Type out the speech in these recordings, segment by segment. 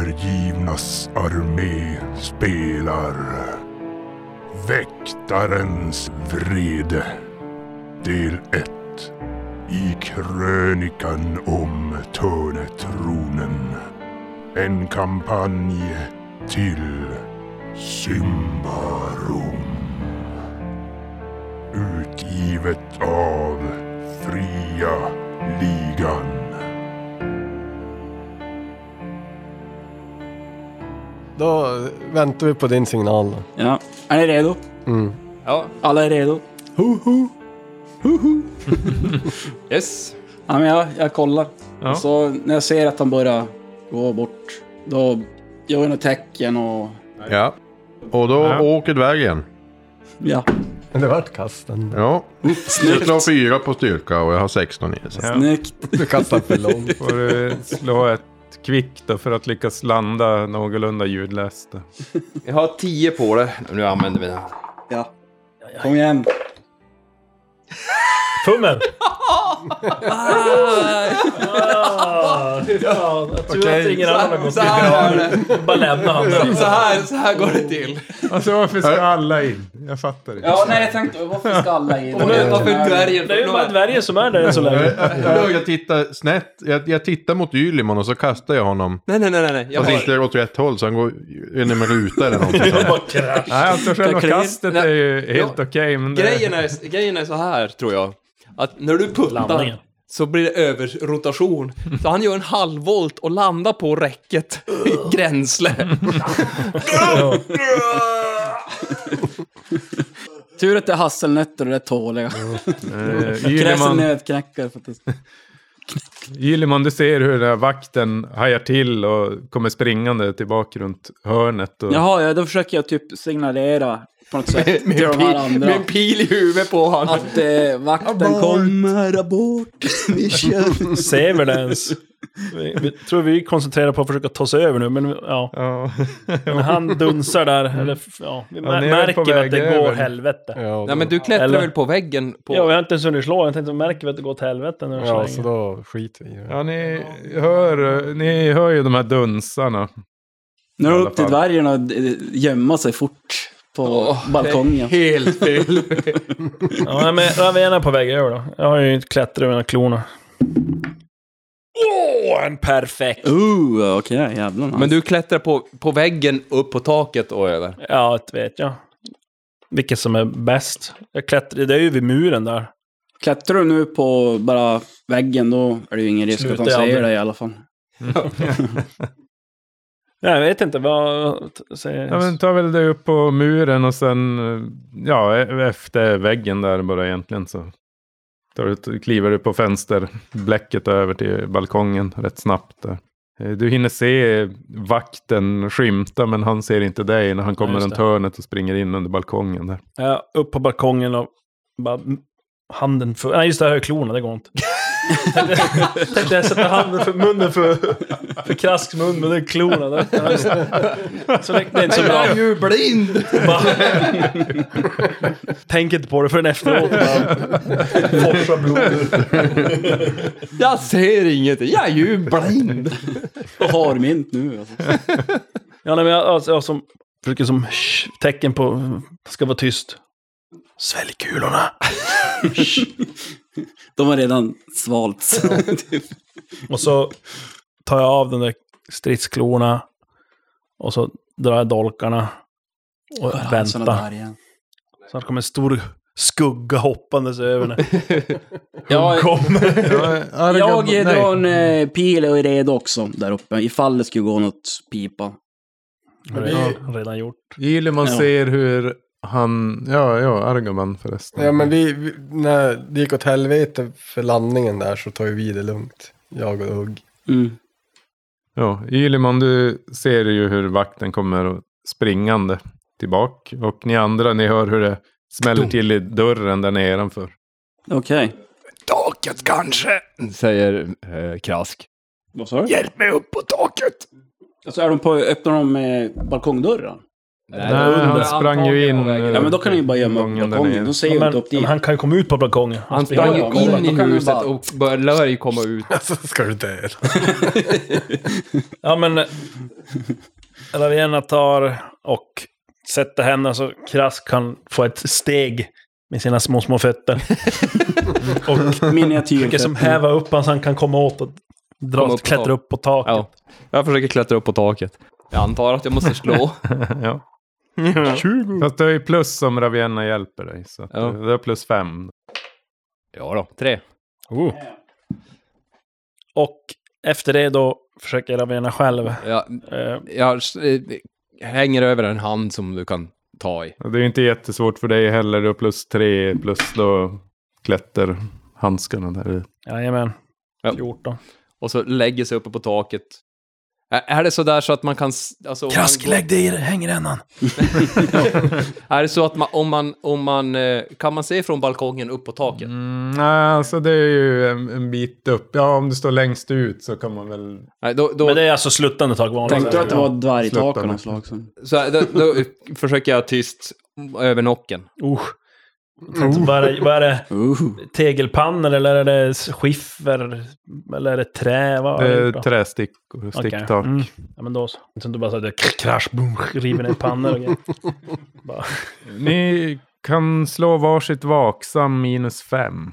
övergivnas armé spelar Väktarens vrede Del 1 I krönikan om Törnetronen En kampanj till Symbarum Utgivet av Fria Ligan Då väntar vi på din signal. Ja. Är ni redo? Mm. Ja, Alla är redo? Ho, ho. Ho, ho. yes. Ja, men jag, jag kollar. Ja. Så när jag ser att han börjar gå bort, då gör jag något tecken och... Ja. Och då Ja. åker dvärgen. Ja, Det vart kasten. Ja. Jag slår fyra på styrka och jag har 16 i. Så. Ja. snyggt. Du kastade för långt. Får du slå ett kvick då för att lyckas landa någorlunda ljudlöst. då. Jag har 10 på det. Nu använder vi det. här. Ja. Kom igen. Tummen! Ah, fy fan. Jag tror att ingen annan har gått Så här, lika bra. Bara lämna han där. så, här, så här går det till. Alltså varför ska alla in? Jag fattar inte. Ja, nej jag tänkte, varför ska alla in? Varför dvärgen? Det är ju bara dvärgen som är där än så länge. Jag, jag tittar snett. Jag, jag tittar mot Ylimon och så kastar jag honom. Nej, nej, nej, nej, nej. Jag Fast har... inte åt rätt håll så han går in i en ruta eller någonting. Det bara krasch. Nej, alltså själva Kaklin- kastet är ju helt okej. men eh, det... Grejen, är, grejen är så här, tror jag. Att när du puttar Landningen. så blir det överrotation. Så han gör en halvvolt och landar på räcket i gränsle. Tur att det är hasselnötter och det är tåliga. Eh, Kräsen Ylimon, nötknäckare faktiskt. Ylimon, du ser hur den här vakten hajar till och kommer springande tillbaka runt hörnet. Och... Jaha, ja, då försöker jag typ signalera på något sätt till de här andra. Med en pil i huvudet på honom. Att eh, vakten kommer abort. Vi kör. Ser vi det ens? Vi, vi tror vi koncentrerar på att försöka ta sig över nu, men ja. Ja. Mm. Men han dunsar där, eller f- ja. Vi Ja, mär- ni är på märker att väg det går över. helvete. Ja, Nej, men du klättrar Eller- väl på väggen? På... Ja, vi har inte ens hunnit slå. Jag tänkte, märker vi att det går åt helvete nu så ja, så länge? då skiter vi i det. Ja, ni hör, ni hör ju de här dunsarna. Nu är I det alla upp till fall. dvärgen att eh, gömma sig fort på Åh, balkongen. det är Helt fel. Ja, men Ravena är på väg över då. Jag har ju inte klättrat med mina klorna. Åh, en perfekt! Ooh, okej, jävlar. nice. Men du klättrar på, på väggen, upp på taket och över. Ja, det vet jag. Vilket som är bäst. Jag klättrar, det är ju vid muren där. Klättrar du nu på bara väggen då är det ju ingen risk att Sluta han ser aldrig. dig i alla fall. Nej, jag vet inte vad... Säger Ja, men ta väl det upp på muren och sen, eh, ja, e- efter väggen där bara egentligen så tar du, kliver du på fönsterblecket över till balkongen rätt snabbt där. Eh, Du hinner se vakten skymta men han ser inte dig när han kommer just runt det. hörnet och springer in under balkongen där. Jag Eh, upp på balkongen och bara m- handen för... Nej, just det, jag har ju klorna, det går inte. Tänkte jag sätta handen för munnen för, för krask mun, men det är klorna. Där. Ja, just det. Så det, det är inte så bra. ju blind! Bara, tänk inte på det förrän efteråt. Forsa blod. Jag ser ingenting, jag är ju blind! Och har mint nu alltså. Ja, nej, men jag, alltså, jag som, försöker som shh, tecken på ska vara tyst. Svälj kulorna. De har redan svalts. Typ. Och så tar jag av den där stridsklorna. Och så drar jag dolkarna. Och Bara en sån väntar. där igen. Snart kommer en stor skugga hoppandes över mig. Jag, jag nej. drar en eh, pil och är redo också där uppe. Ifall det skulle gå något pipa. Har jag redan gjort. Ylimon Ja. ser hur han, ja, ja, Argoman förresten. Ja, men vi, vi, när det gick åt helvete för landningen där så tar ju vi det lugnt. Jag och Hugg. Mm. Ja, Ylimon, du ser ju hur vakten kommer springande tillbaka. Och ni andra, ni hör hur det smäller till i dörren där nedanför. Okej. Taket kanske, säger eh, Krask. Vad sa du? Hjälp mig upp på taket! Alltså är de på, öppnar de eh, balkongdörren? Nej, han sprang ju in. Ja, men då kan han ju bara gömma upp Gången där balkongen. nere. De säger ju men, inte upp men dit. han kan ju komma ut på balkongen. eh, Han sprang ju in i huset och bör- lär ju komma ut. Alltså, ska du dö? Ja, men... eh, Ravena tar och sätter henne så Krask kan få ett steg med sina små, små fötter. och Miniatyr. försöker som häva upp honom så han kan komma åt och dra, Komma upp på klättra upp på taket. Ja. Jag försöker klättra upp på taket. Jag antar att jag måste slå. ja. Fast det är ju plus om Ravienna hjälper dig. Så att Ja. Det är plus fem. Ja då, tre. Och efter det då försöker Ravena själv. Jag, Eh, jag eh, hänger över en hand som du kan ta i. Och Det är ju inte jättesvårt för dig heller. Du har plus tre plus då klätterhandskarna där. jajamän. Ja. 14. Och så lägger sig uppe på taket. Ä- Är det så där så att man kan... s- Alltså, om man Krask, går- lägg dig i det, häng i rännan. Är det så att man, om man, om man, eh, kan man se från balkongen upp på taket? Mm, nej, alltså det är ju en, en bit upp. Ja, om du står längst ut så kan man väl... Nej, då, då, Men det är alltså sluttande tag vanligt. Tänkte du att det var Sluta dvärgtak med. av något slag? som- så, här, då, då försöker jag tyst över nocken. Usch. Vad är det- vad är det? Tegelpannor eller är det skiffer? Eller är det trä? Vad har Det du är gjort då? trästickor och Okej. sticktak. Mm. Ja, men då så. Så inte bara så att det krasch, boom, river ner pannor och grejer. Bara, Ni kan slå varsitt vaksam minus fem.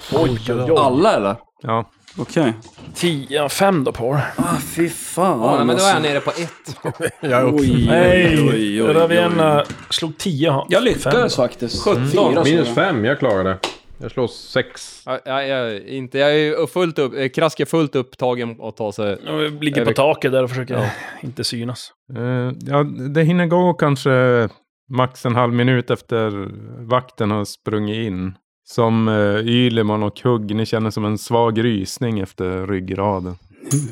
Alla eller? Ja. Okej. Tio, fem då på Ah, fy fan. Ja, nej, men då är jag alltså. nere på ett. Jag är Oj, också... oj, oj, Nej! oj, oj. Ravienna slog tio. ha- Jag fem då. lyckades faktiskt. Mm. 17. Minus fem, jag klarar det. Jag slår sex. Jag, jag, jag, inte, jag är ju fullt upp, eh, Krask är fullt upptagen att ta sig... Jag ligger på Erik. taket där och försöker inte synas. Eh, ja, det hinner gå kanske max en halv minut efter vakten har sprungit in. Som uh, Yleman och Hugg, ni känner som en svag rysning efter ryggraden.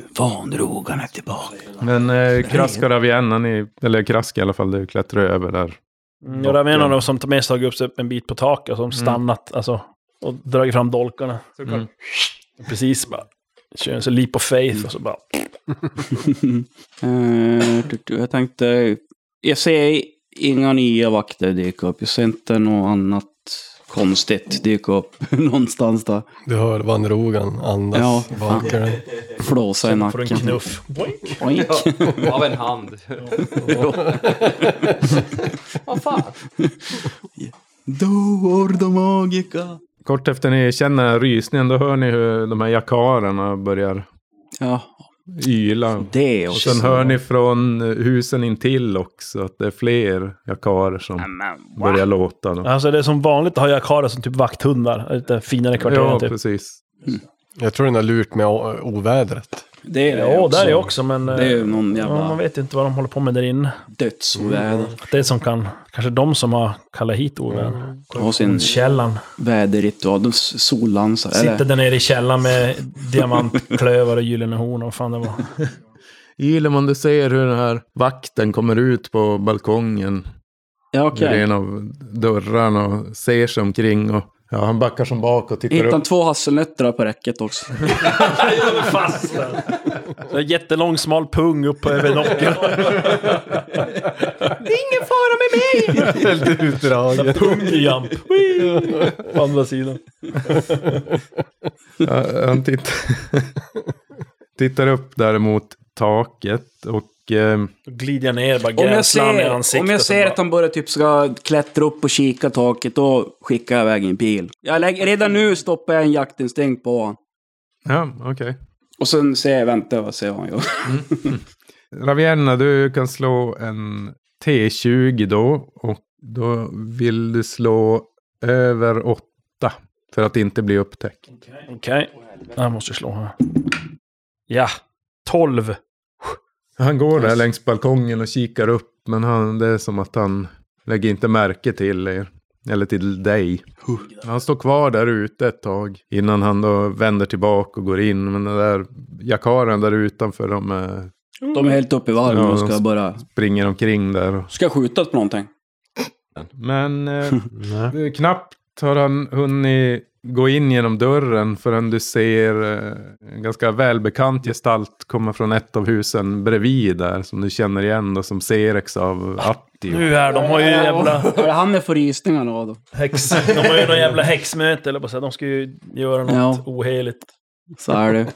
Vandrogarna är tillbaka. Men uh, kraskar av igen, ni, eller krask i alla fall, du klättrar över där. Mm, och Ravienna då, som tar med sig tagit upp sig en bit på taket och som Mm. stannat alltså, och dragit fram dolkarna. Mm. Precis bara. Kör en sån leap of faith Mm. och så bara... Eh, du, du, Jag tänkte, jag ser inga nya vakter dyka upp. Jag ser inte något annat konstigt dyka upp någonstans där. Du hör Van Rogan andas. Ja, Ja, bakar den. Flåsa i Får nacken. en knuff. Boink. Oink. Av en hand. Vad fan? Dord och magica. Kort efter ni känner den här rysningen, då hör ni hur de här jakarerna börjar Ja, yla. det Och också. sen hör ni från eh, husen intill också att det är fler jakarer som Men, va? börjar låta. Då. Alltså det är som vanligt att ha jakarer som typ vakthundar. Lite finare kvarteren Ja, typ. precis. Jag tror den har lurt med o- ovädret. Det är det Ja, också. där är också men... Det är ju eh, någon ja, man jävla vet inte vad de håller på med där inne. dödsoväder. Det är som kan... Kanske de som har kallat hit ovädret. Mm. Och sin Källan. väderritual. De s- Soldansar. Sitter Eller? där nere i källan med diamantklövar och gyllene horn och vad fan det var. Yleman, du ser hur den här vakten kommer ut på balkongen Ja, ur okej. en av dörrarna och ser sig omkring. Och, ja, han backar som bak och tittar Hittade han upp. två hasselnötter på räcket också. Fast där. Så en jättelång smal pung upp över nocken. Helt utdraget. Pungjump. På andra sidan. Ja, han tittar, tittar upp däremot taket och eh, Då glider jag ner bara Om jag, gränslan i ser, ansiktet. om jag och ser bara- att han börjar typ ska klättra upp och kika taket, då skickar jag iväg en pil. Jag lägger, redan nu stoppar jag en jaktinstinkt på honom. ja, okej. Och sen ser jag, vänta och ser vad han gör. Ravierna, du kan slå en T20 då. Och då vill du slå över 8 för att inte bli upptäckt. Okej. Jag måste slå här. Ja. 12. Han går där längs balkongen och kikar upp. Men han, det är som att han lägger inte märke till er. Eller till dig. Han står kvar där ute ett tag. Innan han då vänder tillbaka och går in. Men den där jakaren där utanför. De eh, De är helt uppe i varv Ja, och de ska sp- bara... springer omkring där. och- Ska jag skjuta på någonting? Men eh, det är knappt har han hunnit gå in genom dörren förrän du ser eh, en ganska välbekant gestalt komma från ett av husen bredvid där som du känner igen då, som Serex av Attio. Nu är de har ju jävla Är det han jag får rysningarna av då? häx... De har ju någon jävla häxmöte eller på så här. De ska ju göra något Ja. oheligt Så är det.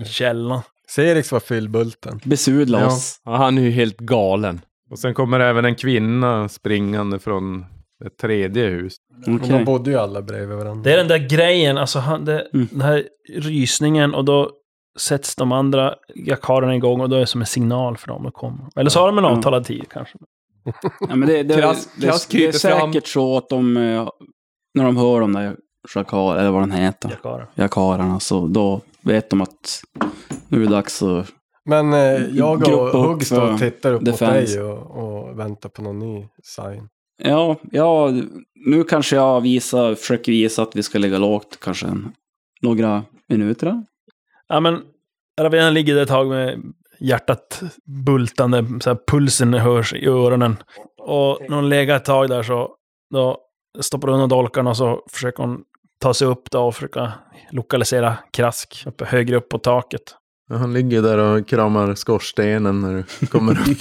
i källaren. Serix var fyllbulten. Besudla Ja. oss. Ja, han är ju helt galen. Och sen kommer även en kvinna springande från ett tredje hus. Okej. De bodde ju alla bredvid varandra. Det är den där grejen, alltså han, det, Mm. den här rysningen och då sätts de andra jakarerna igång och då är det som en signal för dem att komma. Eller så har de en Ja. Mm. avtalad tid kanske. Ja, men det, det, Krask- det, Krask det är kryper fram. säkert så att de, eh, när de hör de där jakar, eller vad den heter, Jakarer. jakararna, så då vet de att nu är det dags att... Men eh, jag Grupp och och Hugg står och tittar upp mot defense. dig och, och väntar på någon ny sign. Ja, ja, nu kanske jag visar, försöker visa att vi ska ligga lågt kanske en, några minuter. då? Ja, men Ravena ligger där ett tag med hjärtat bultande, så här, pulsen hörs i öronen. Och när hon legat ett tag där så då stoppar hon undan dolkarna och så försöker hon ta sig upp då och försöka lokalisera Krask uppe, högre upp på taket. Ja, Han ligger där och kramar skorstenen när du kommer upp.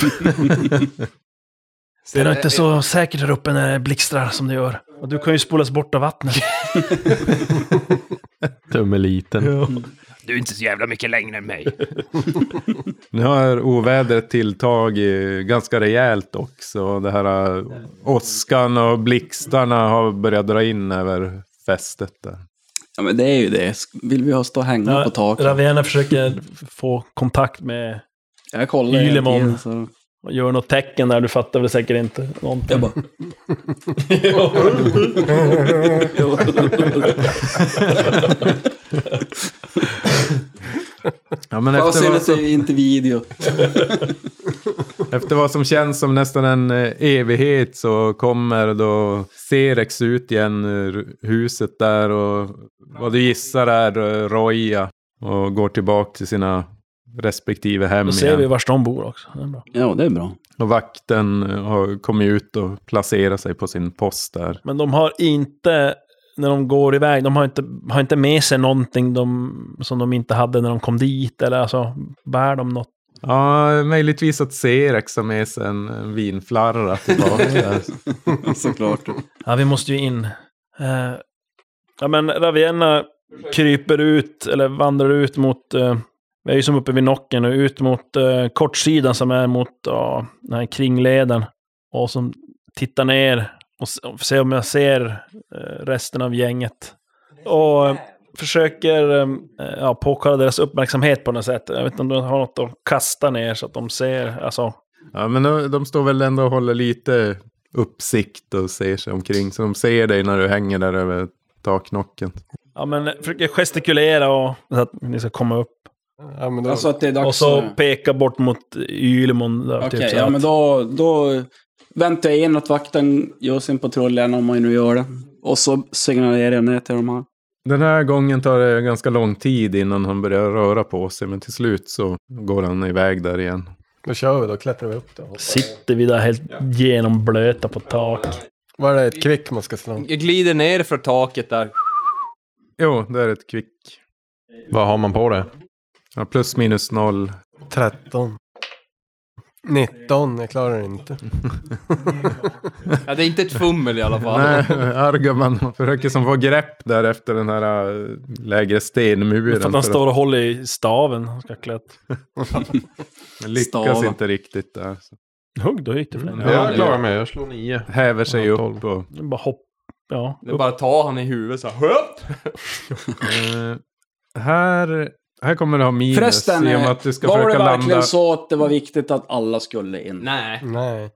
Det är nog inte så säkert där uppe när det blixtrar som det gör. Och du kan ju spolas bort av vattnet. Tummeliten. Eh, Du är inte så jävla mycket längre än mig. Nu har ovädret tilltagit ganska rejält också. Det här eh, åskan och blixtarna har börjat dra in över fästet där. Ja, men det är ju det. Vill vi ha stå och hänga Ja, på taket? Ravena försöker få kontakt med Jag kollar Ylemon. hela tiden, så- och gör något tecken där, du fattar väl säkert inte någonting. Jag bara... Ja, men Vad efter, synd vad att som, det inte är video. efter vad som känns som nästan en eh, evighet så kommer då Serex ut igen ur huset där och vad du gissar är eh, Roja och går tillbaka till sina respektive hem Då ser vi igen. var de bor också. Det är bra. Ja, det är bra. Och vakten eh, har kommit ut och placerat sig på sin post där. Men de har inte, när de går iväg, de har inte, har inte med sig någonting de, som de inte hade när de kom dit. Eller alltså, bär de något? Ja, möjligtvis att Serex har med sig en en vinflarra tillbaka. där. Såklart. Ja, vi måste ju in. Eh, ja, men Ravenna kryper ut, eller vandrar ut mot, eh, vi är ju som uppe vid nocken, och ut mot eh, kortsidan som är mot ja, den här kringleden. Och som tittar ner och s- och ser om jag ser eh, resten av gänget. Och eh, försöker eh, ja, påkalla deras uppmärksamhet på något sätt. Jag vet inte om de har något att kasta ner så att de ser, alltså, Ja, men de, de står väl ändå och håller lite uppsikt och ser sig omkring. Så de ser dig när du hänger där över taknocken. ja men försöker gestikulera och så att ni ska komma upp. Ja, men då, Alltså att det är dags Och så att- peka bort mot Ylemon. där, Okej, typ, så ja att- men då, då väntar jag in att vakten gör sin patrull igen om man nu gör det. Och så signalerar jag ner till de här. Den här gången tar det ganska lång tid innan han börjar röra på sig. Men till slut så går han iväg där igen. då kör vi då, klättrar vi upp då. Sitter vi där helt genomblöta på taket. Var det ett kvick man ska slå? om? Jag glider ner för taket där. Jo, det är ett kvick. Vad har man på det? Ja, plus minus noll. 13. 19, jag klarar det inte. Ja, det är inte ett fummel i alla fall. Nej, Argaman försöker som få grepp där efter den här äh, lägre stenmuren. För att han för står och håller i staven. Han ska klätt. att- lyckas stav. inte riktigt där. Så. Hugg, då gick det för länge. Ja, jag det- klarar mig, jag slår nio. häver sig Ja, upp och... Det är bara hopp. Ja. Det är bara att ta han i huvudet så här. Höpp! Eh, här, här kommer du ha minus Förresten, i och eh, med att du ska var det försöka verkligen landa. så att det var viktigt att alla skulle in? Nej. Nej.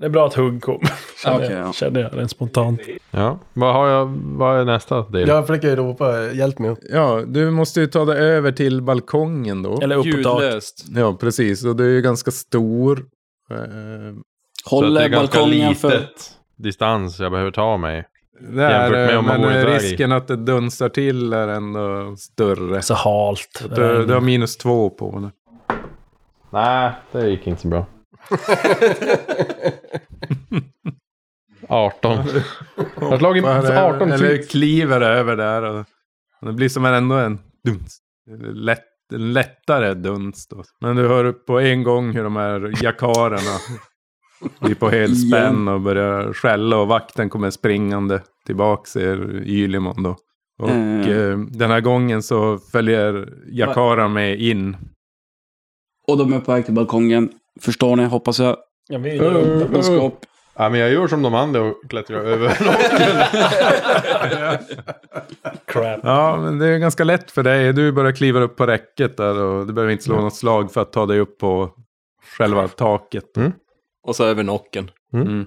Det är bra att Hugg kom. Kände, Okej, jag, ja. kände jag rent spontant. Ja. Vad, har jag, vad är nästa del? Jag försöker ropa, hjälp mig upp. Ja, du måste ju ta dig över till balkongen då. Eller upp på taket. Ljudlöst. Ja, precis. Och du är ju ganska stor. Så Eh, att det är Håller ganska balkongen för... litet distans jag behöver ta mig. det är, Jämfört med eh, om man men går i eh, drag i. risken att det dunsar till är ändå större. Så halt. Du, du har minus två på nu. Nej, det gick inte så bra. 18. Jag har slagit typ. Hoppar över- 18 Eller 000. kliver över där. Och det blir som en- ändå en duns. Lätt, en lättare duns då. Men du hör på en gång hur de här jakarerna blir på helspänn och börjar skälla och vakten kommer springande tillbaks ser Ylimon då. Och Eh. eh, den här gången så följer Jakara med in. Och de är på väg till balkongen. Förstår ni, hoppas jag. Jag vill Mm. ju De ska upp. Ja, men jag gör som de andra och klättrar över. crap. Ja, men det är ganska lätt för dig. Du börjar kliva upp på räcket där och du behöver inte slå något slag för att ta dig upp på själva taket. Och så över nocken. Mm.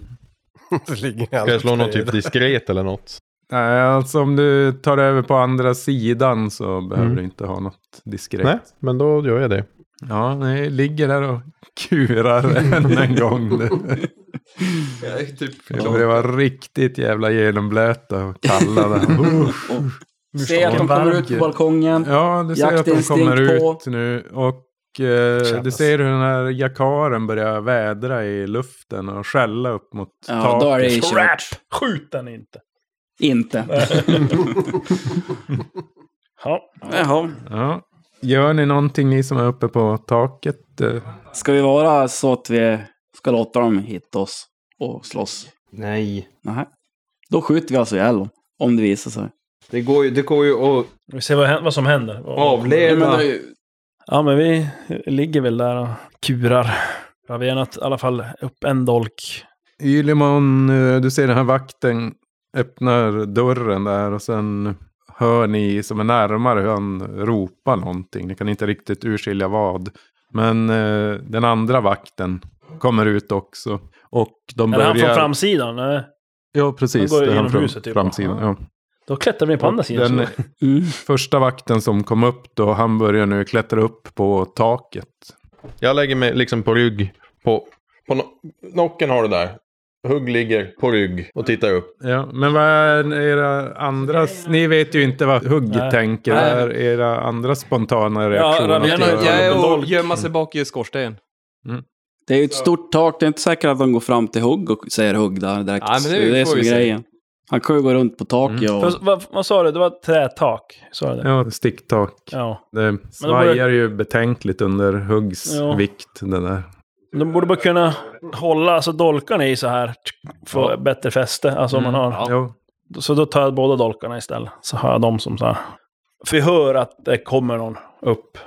Så ligger Ska jag slå något något typ diskret eller något? Nej, alltså om du tar över på andra sidan så behöver Mm. du inte ha något diskret. Nej, men då gör jag det. Ja, ni ligger där och kurar än en gång. Det- Jag är typ... Det var riktigt jävla genomblöta och kalla där. Usch. Se att de kommer ut på balkongen. Ja, du ser att de Jaktinstinkt kommer ut på. nu. Och eh, du Tjabas. ser hur den här jakaren börjar vädra i luften och skälla upp mot Ja, taket. då är det kört. Skjut den inte. Inte. Ja. Jaha. Ja. Gör ni någonting ni som är uppe på taket? Eh, Ska vi vara så att vi ska låta dem hitta oss och slåss? Nej. Nähä. Då skjuter vi alltså ihjäl dem. Om det visar sig. Det går ju, det går ju att Vi ser vad, hän- vad som händer. Ja, avleda. men det är ju- Ja, men vi ligger väl där och kurar. Har vi enat, i alla fall upp en dolk. Ylimon, eh, du ser den här vakten öppnar dörren där och sen hör ni som är närmare hur han ropar någonting. Ni kan inte riktigt urskilja vad. Men eh, den andra vakten kommer ut också. Och de Är börjar... han från framsidan? Nej. Ja, precis. Han går det är genom han från huset, typ. framsidan. Ja. Då klättrar vi på andra sidan. Den så. Mm. första vakten som kom upp då, han börjar nu klättra upp på taket. Jag lägger mig liksom på rygg. På, på no nocken har du där. Hugg ligger på rygg och tittar upp. Ja, men vad är era andra... Ni vet ju inte vad Hugg Nej. tänker. Vad är era andra spontana reaktioner? Raviano- till det här? Jag är och Dolk. gömma sig bak i skorstenen. Det är ju ett stort tak. Det är inte säkert att de går fram till hugg och säger hugg där direkt. Nej, men det det är det får som är vi se. grejen. Han kan ju gå runt på taket och... Fast, vad, vad sa du? Det var trätak? Sa du det? Ja, sticktak. Ja. Det börjar- svajar ju betänkligt under Huggs Ja. vikt. Det där. De borde bara kunna hålla alltså dolkarna i så här. Få bättre fäste. Alltså om man har. Jo. Så då tar jag båda dolkarna istället. Så har jag dem som så här. För jag hör att det kommer någon upp.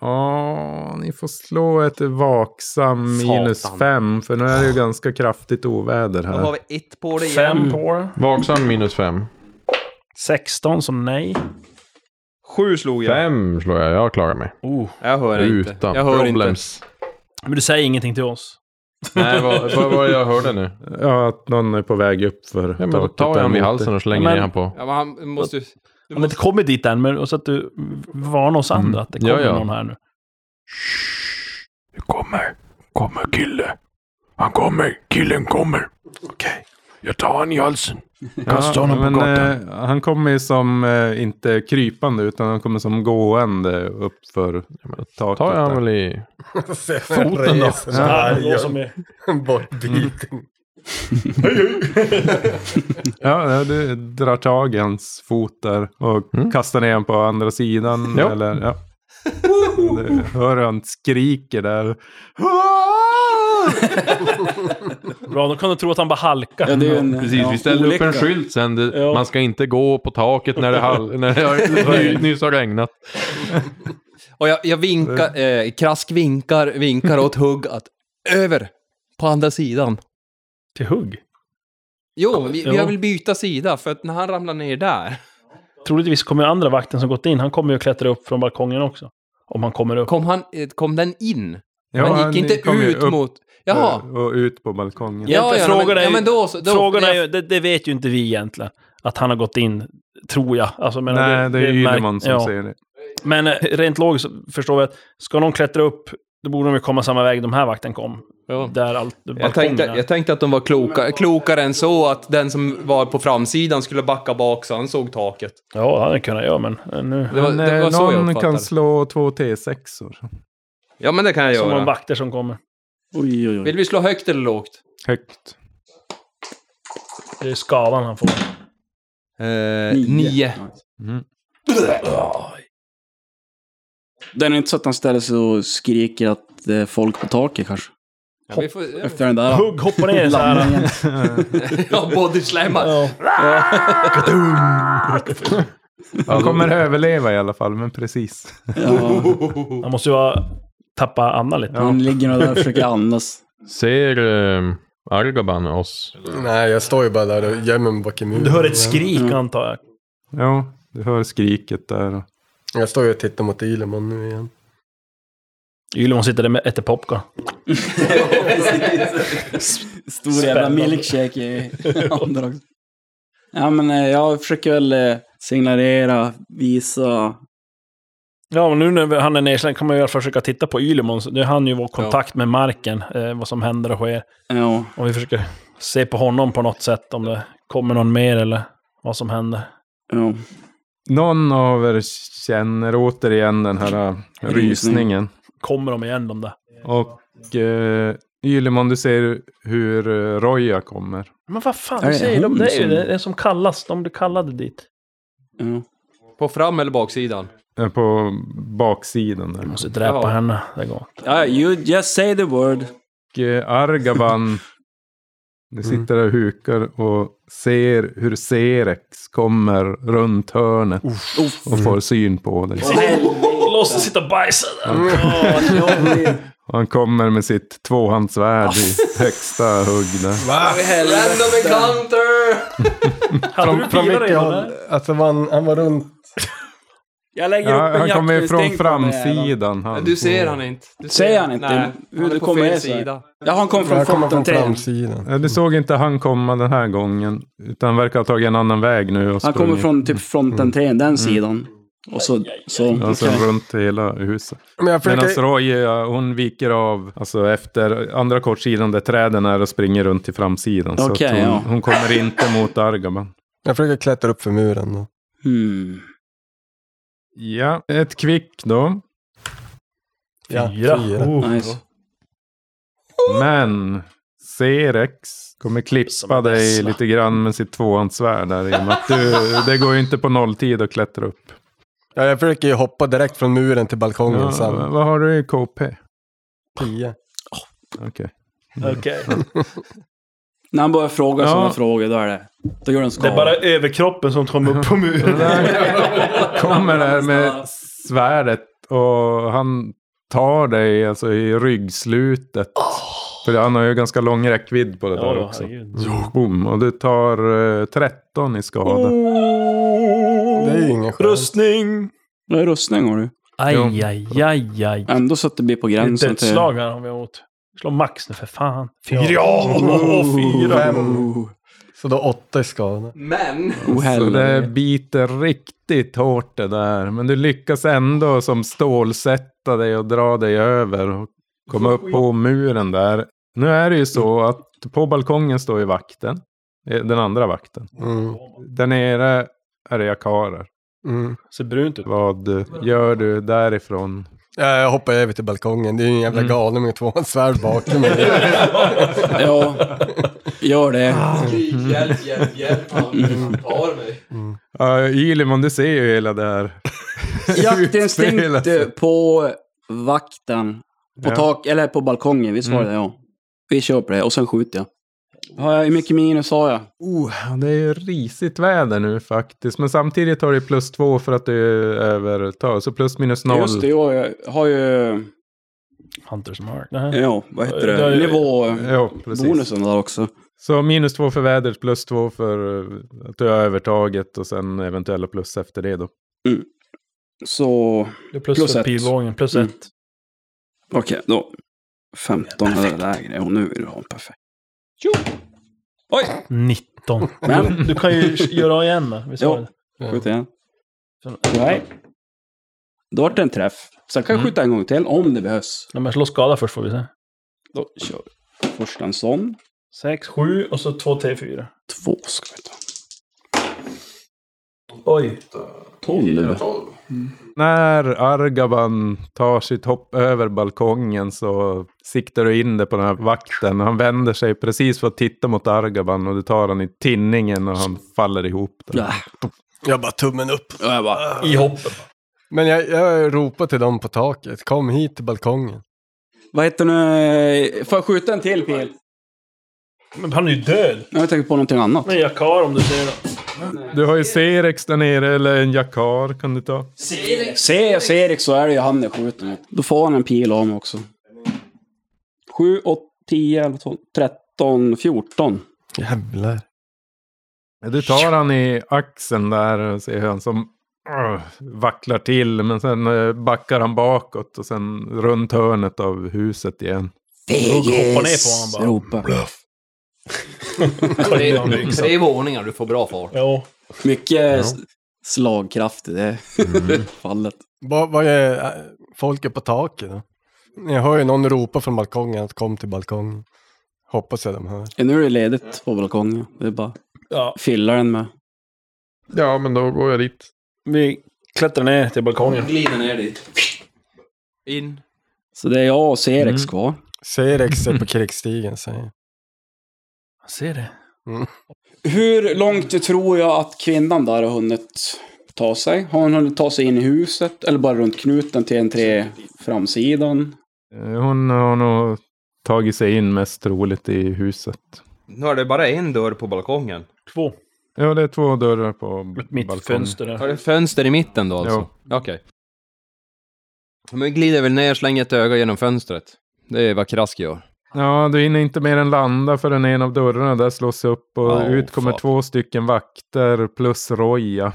Ja, ni får slå ett vaksam minus Satan. fem. För nu är det ju ganska kraftigt oväder Då har här. vi ett på det igen. Fem på det. Vaksam minus fem. 16 som nej. Sju slog jag. Fem slår jag, jag klarar mig. Jag hör inte. Utan Jag hör inte. problems. Men du säger ingenting till oss. Nej, vad, vad var det jag hörde nu? Ja, att någon är på väg upp för Ja, men då taket. tar jag där honom i mot halsen dig. och slänger Men- ner honom på. Ja, men han måste ju... De har inte kommit dit än, men så att du varnar oss andra att det Ja, kommer ja. någon här nu. Nu kommer, kommer kille. Han kommer, killen kommer. Okej. Jag tar han i halsen. Kasta honom på men, gatan. eh, han kommer ju som, eh, inte krypande, utan han kommer som gående upp för taket. Tar jag där. honom väl i... Foten då? Ja, det går som i- Bortbiten. Ja, ja, du drar tag i hans fot där och kastar ner honom på andra sidan. Jo. Eller, ja. Du hör hur han skriker där. Bra, då kan du tro att han bara halkar. Ja, det är ju en, Precis, ja, vi ställde upp en olycka. skylt sen. Det, Ja. Man ska inte gå på taket när det, hall, när det har, ny, nyss har regnat. Och jag, jag vinkar, eh, krask vinkar, vinkar åt hugg att över på andra sidan. Till hugg. Jo, vi, Ja. jag vill byta sida för att när han ramlar ner där Troligtvis kommer ju andra vakten som gått in, han kommer ju att klättra upp från balkongen också. Om han kommer upp. kom, han, eh, kom den in. Ja, han gick inte kom ju ut upp, mot... eh, Jaha. Och ut på balkongen. Ja, ja, frågan men, är ja, ju- men då, så- då, Frågan är jag- ju, det, det vet ju inte vi egentligen. Att han har gått in, tror jag. Alltså, men Nej, det är ju märk- Yleman som ja. säger det. Men eh, rent logiskt så förstår vi att ska någon klättra upp, då borde de ju komma samma väg de här vakten kom. Ja. Där allt, Jag tänkte, jag tänkte att de var kloka, klokare än så att den som var på framsidan skulle backa bak så han såg taket. Ja, det hade jag kunnat göra, men eh, nu... Det var, Men, det eh, var så jag någon kan uppfattade slå två T6-or. Ja, men det kan jag Som de göra. vakter som kommer. Oj, oj, oj. Vill vi slå högt eller lågt? Högt. Det är skavan han får. Eh, nio. Den är inte så att han ställer sig och skriker att det är folk på taket kanske? Ja, vi får- Efter den där. Hugg, hoppa ner så här. Landningen. ja, bodyslamma. Han kommer överleva i alla fall, men precis. Han måste ju vara, tappa andan lite. Han ligger nog där och försöker andas. Ser eh, Argoban oss? Nej, jag står ju bara där och gömmer mig bakom muren. Du hör ett skrik antar jag. Ja, du hör skriket där. och- Jag står ju och tittar mot Ylemon nu igen. Ylon sitter där med äter popcorn. Stor jävla Spännande. milkshake i handen också. Ja, men eh, jag försöker väl eh, signalera, visa. Ja, men nu när han är nedslängd kan man ju i alla fall försöka titta på Ylemon. Nu är han ju vår kontakt med marken, eh, vad som händer och sker. Ja, Om vi försöker se på honom på något sätt, om det kommer någon mer eller vad som händer. ja. Någon av er känner återigen den här äh, rysningen. Kommer de igen de där? Och eh, Ylemon, du ser hur eh, Roja kommer. Men vad fan, Är du det säger de? hon Det är ju som- det, det som kallas, de du kallade dit. ja. På fram eller baksidan? Eh, På baksidan där. Jag måste dräpa Ja. henne. Det går. Ja, you just say the word. Och eh, Argaban, du sitter där och hukar och ser hur Serex kommer runt hörnet. Och får syn på dig. Låt oss sitta och bajsa där. Och han kommer med sitt tvåhandsvärd i högsta hugg där. Random encounter! Hade du Från pilare vilket redan håll? där? Alltså han, han var runt... Jag lägger Ja, upp en han kommer ju från jaktinstinkt på den här jävla- framsidan. Han. Du ser han inte. Du Ser han inte? Nej, Hur han är det på kommer fel är så här. sida. Ja, han kom från Han kommer från fronten. framsidan. Ja, Eh, Du såg inte han komma den här gången. Utan han verkar ha tagit en annan väg nu. Och Han kommer sprungit. från typ fronten den Mm. sidan. Och så... så Alltså okej. runt hela huset. Men jag försöker... Medan Roy, eh, hon viker av, alltså efter andra kortsidan där träden är och springer runt till framsidan. så Okej, att hon, ja. hon kommer inte mot Argaban. Jag försöker klättra upp för muren. Då. Hmm. Ja, ett kvick då. Ja, Fyra. Oh. Nice. Men Serex kommer klippa Som dig vessla. lite grann med sitt tvåhandsvärd där i och med att du, det går ju inte på nolltid att klättra upp. Ja, jag försöker ju hoppa direkt från muren till balkongen Ja, sen. vad har du i KP? Tio. Okej. Okej. När han börjar fråga Ja. sådana frågor, då är det... Då gör den Det skada. är bara överkroppen som kommer upp på muren. kommer där med svärdet och han tar dig alltså i ryggslutet. För han har ju ganska lång räckvidd på det Ja, där då, också. herregud. Boom. Och du tar eh, 13 i skada. Det är ju ingen chans. Rustning! Vad är rustning har du? Aj, aj, aj, aj. Ändå så att det blir på Det är gränsen ett slag här om vi har åt. Slå max nu för fan. Fyra! Åh, fyra. Fem. Så då åtta i skada. Men... Oh, Så det helvete. biter riktigt hårt det där. Men du lyckas ändå som stålsätta dig och dra dig över och komma upp på muren där. Nu är det ju så att på balkongen står ju vakten. Eh, Den andra vakten. Mm. Där nere är det jakarer. Mm. Ser brunt ut. Vad gör du därifrån? Ja, jag hoppar över till balkongen. Det är ju en jävla Mm. galning med två svärd bakom mig. Ja, gör det. Ah. Hjälp, hjälp, hjälp. Mm. Han tar mig. Ja, Ylimon, du ser ju hela det här. Utspelas. Jaktinstinkt eh, på vakten. På Ja. Mm. tak, eller på balkongen, vi svarade ja. Vi kör på det och sen skjuter jag. Har jag, hur mycket minus har jag? Oh, det är ju risigt väder nu faktiskt. Men samtidigt har du plus två för att du övertar. Så plus minus noll. Just det, jag jag har ju... Hunters mark. Nej. Ja, vad heter Det det? är- Nivåbonusen Ja, precis. där också. Så minus två för vädret, plus två för eh, att du har övertaget och sen eventuella plus efter det då. Så... Det är plus, Plus för ett. pilbågen. Plus Mm. ett. Okej, då. 15 är det lägre och nu vill du ha en perfekt. 19. Men, Du kan ju göra igen då. Vi Ja. sa det. skjut igen. Sen- Nej. Då vart det en träff. Sen kan jag skjuta en gång till om det behövs. Nej, men slå skada först får vi se. Då kör vi. Först en sån. Sex, sju och så två, tre, fyra. Två ska vi ta. Oj. 12. När Argaban tar sitt hopp över balkongen så siktar du in det på den här vakten. Han vänder sig precis för att titta mot Argaban och du tar han i tinningen och han faller ihop. Där. Jag bara tummen upp. jag bara, I hoppet. Men jag, jag ropar till dem på taket. Kom hit till balkongen. Vad heter nu? Får jag skjuta en till pil? Men han är ju död. Jag tänker på någonting annat. Men jag kar om du ser det. Du har ju Serex där nere, eller en jakar kan du ta. Se, ser Erik så är det ju han jag skjuter mot. Då får han en pil av mig också. 7, 8, 10, 11, 12, 13, 14. Jävlar. Du tar han i axeln där och ser hur han som ah, vacklar till. Men sen eh, backar han bakåt och sen runt hörnet av huset igen. hoppar ner på honom bara. Europa. Tre, tre våningar, du får bra fart. Jo. Mycket s- slagkraft i det fallet. Vad vad är äh, folket på taket då? Jag hör ju någon ropa från balkongen att kom till balkongen. Hoppas jag de hör. Ja, Nu är det ledigt på balkongen. Det är bara Ja. fylla den med. Ja, men då går jag dit. Vi klättrar ner till balkongen. Glider ner dit. In. Så det är jag och Serex Mm. kvar. Serex är på krigsstigen säger jag. Jag ser det. Hur långt tror jag att kvinnan där har hunnit ta sig? Har hon hunnit ta sig in i huset eller bara runt knuten till en tre framsidan? Eh, Hon har nog tagit sig in mest roligt i huset. Nu är det bara en dörr på balkongen. Två. Ja, det är två dörrar på Mitt balkongen. fönster där. Har du fönster i mitten då alltså? Okej. Men vi glider väl ner, slänger ett öga genom fönstret. Det är vad Krask gör. Ja, du hinner inte mer än landa förrän en av dörrarna där slås upp och Oh, ut kommer fuck. två stycken vakter plus Roja.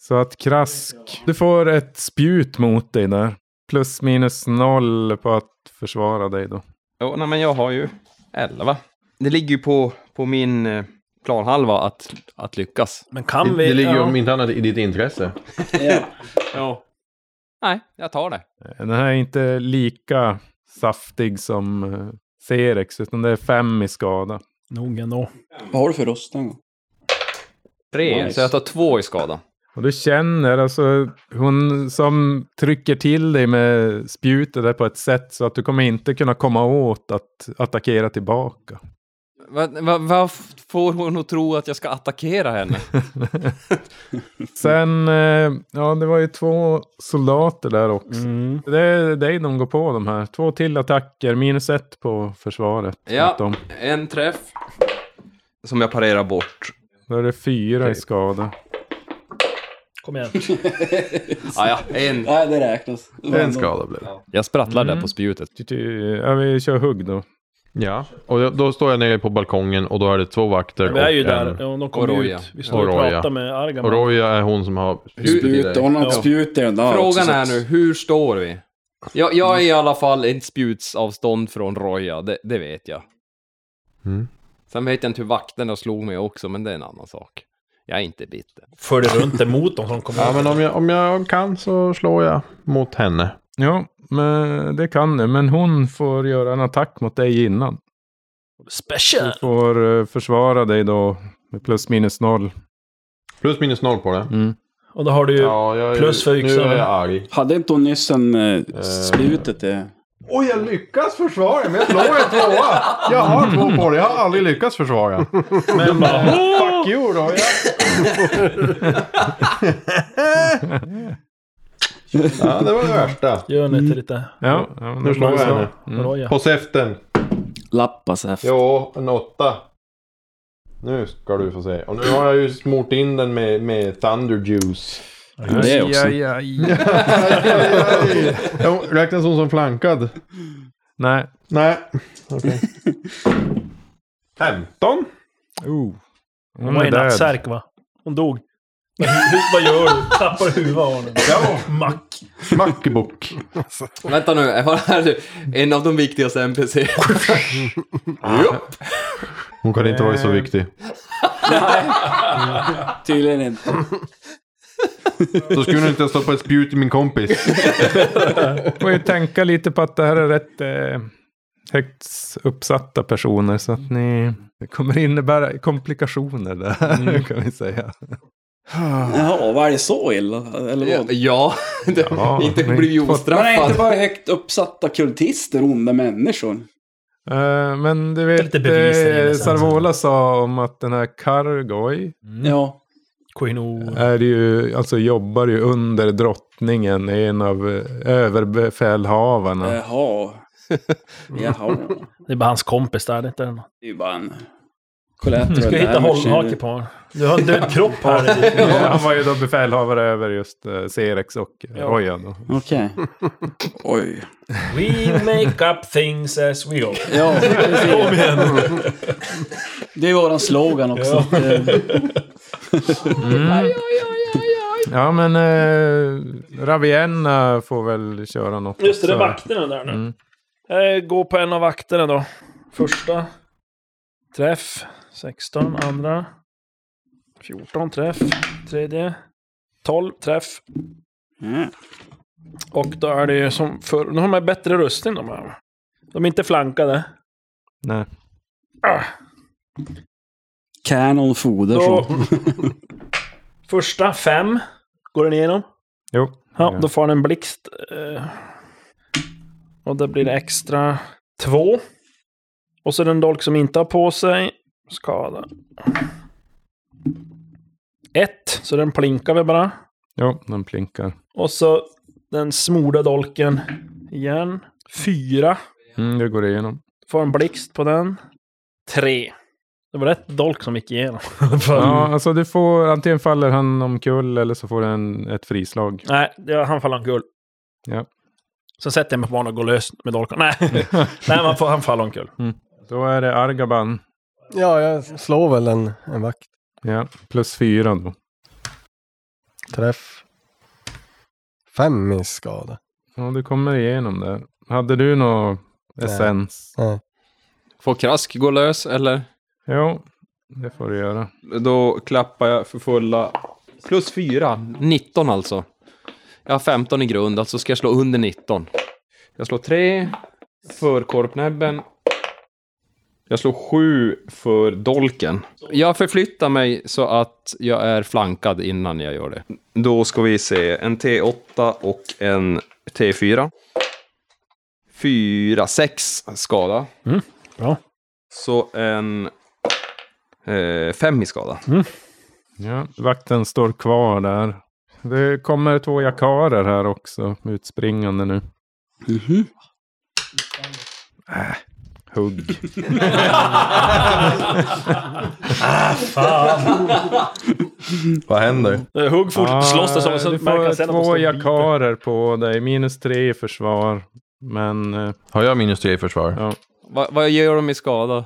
Så att krask, du får ett spjut mot dig där. Plus minus noll på att försvara dig då. Ja, nej, men jag har ju 11. Det ligger ju på, på min eh, planhalva att, att lyckas. Men Det, kan vi... det ligger ju ja. om inte annat i ditt intresse. Ja. Nej, jag tar det. Den här är inte lika saftig som eh, Cerex, utan det är fem i skada. Nog ändå. Vad har du för rustning? Tre. Nice. Så jag tar två i skada. Och du känner, alltså hon som trycker till dig med spjutet där på ett sätt så att du kommer inte kunna komma åt att attackera tillbaka. Vad va, vad får hon att tro att jag ska attackera henne? Sen, eh, ja det var ju två soldater där också. Mm. Det är dig de går på de här. Två till attacker, minus ett på försvaret. Ja. mot dem. En träff. Som jag parerar bort. Då är det fyra i skada. Kom igen. Ah, ja, en. Nej, det räknas. En skada blev det. Jag sprattlar Mm. där på spjutet. Ty- ty- Ja, vi kör hugg då. Ja, och då, då står jag nere på balkongen och då är det två vakter Vi är ju och en. där. Ja, de Och kommer Roja. ut. Vi står och Och Roja. pratar med Argan. Och Roja är hon som har spjutet i Spjut, dig. hon har ett Ja. spjut i den där också, Frågan så är att- nu, hur står vi? Jag, jag är i alla fall ett spjutsavstånd från Roja, det, det vet jag. Mm. Sen vet jag inte hur vakterna slog mig också, men det är en annan sak. Jag är inte bitter. Följer runt emot dem som kommer Ja, ut. men om jag, om jag kan så slår jag mot henne. Ja, men det kan du. Men hon får göra en attack mot dig innan. Special! Du får eh, försvara dig då med plus minus noll. Plus minus noll på det. Och då har du ju... Ja, jag, Plus för Nu yxan, är eller? jag arg. Hade inte hon nyss en eh, spjutet i... Oj, jag lyckas försvara men jag slår en tvåa. Jag har två på det, jag har aldrig lyckats försvara. eh, Men bara... Fuck you då. ja, det var det värsta. Gör ni till lite... Ja, ja men Nu då slår får vi jag slå. henne. Roja. På säften. Lappas efter. Jo, en åtta. Nu ska du få se. Och nu har jag ju smort in den med, med Thunder Juice. Det också. Aj, aj, aj. Ja, Räknas hon som flankad? Nej. Nej. Okej. 15? Oh. Hon Hon var är i död. nattsärk va? Hon dog. Vad gör du? Tappar huvudet av honom. Mack. Mackebook. Vänta nu, jag har en av de viktigaste NPC. Hon kan inte vara så viktig. Tydligen inte. Då skulle hon inte ha stoppat ett spjut i min kompis. får ju tänka lite på att det här är rätt eh, högt uppsatta personer. Mm. Så att ni det kommer innebära komplikationer där, kan vi säga. Jaha, var det så illa? Eller vad? Ja, det, Ja, inte men- bli Man är inte ostraffad. bara högt uppsatta kultister, onda människor. Eh, men du vet, Lite bevis där inne eh, sen. Sarvola sa om att den här Kargoy Ja. Queen O. är ju, alltså jobbar ju under drottningen, en av eh, överbefälhavarna. Jaha. Jaha. Det är bara hans kompis där, det är inte den. Det är ju bara en... Du ska hitta hållhake på honom. Du har en död kropp här. Ja, Han var ju då befälhavare över just eh, Serex och Ja. Rojan. då. Okej. Oj. We make up things as we go. Ja, precis. Kom igen. Det är våran slogan också. Ja. Eh, Mm. Ja, men eh, Ravienna får väl köra något. Just det, det är också. vakterna där nu. Mm. Jag går på en av vakterna då. Första träff. 16. Andra. 14 träff. Tredje. 12 träff. Och då är det ju som förr. Nu har man bättre rustning de här. De är inte flankade. Nej. Ah, Canon foder Då, så. första fem. Går den igenom? Jo. Ja, då får han en blixt. eh, Och då blir det extra två. Och så den dolk som inte har på sig. Skada. Ett, så den plinkar vi bara. Jo, den plinkar. Och så den smorda dolken igen. Fyra. Mm, det går igenom. Får en blixt på den. Tre. Det var rätt dolk som gick igenom. Ja, alltså du får, antingen faller han omkull eller så får du en, ett frislag. Nej, det- han faller omkull. Ja. Sen sätter jag mig på banan och går lös med dolken. Nej, Nej man får, han faller omkull. Då är det Argaban. Ja, jag slår väl en, en vakt. Ja, plus fyra då. Träff. Fem i skada. Ja, du kommer igenom där. Hade du någon Nej. essens? Nej. Får Krask gå lös eller? Jo, det får du göra. Då klappar jag för fulla. Plus 4. 19 alltså. Jag har 15 i grund, alltså ska jag slå under 19. Jag slår tre för korpnäbben. Jag slår sju för dolken. Jag förflyttar mig så att jag är flankad innan jag gör det. Då ska vi se. En T8 och en T4. Fyra, sex skada. Mm, bra. Så en eh, fem i skada. Ja, vakten står kvar där. Det kommer två jakarer här också, utspringande nu. Mhm. Äh, hugg. Ah, fan. Vad händer? Eh, Hugg fort, slåss det som så du märker han får sen att de står två och jakarer på dig, minus tre i försvar. Men... eh, Har jag minus tre i försvar? Ja. Va, vad gör de i skada?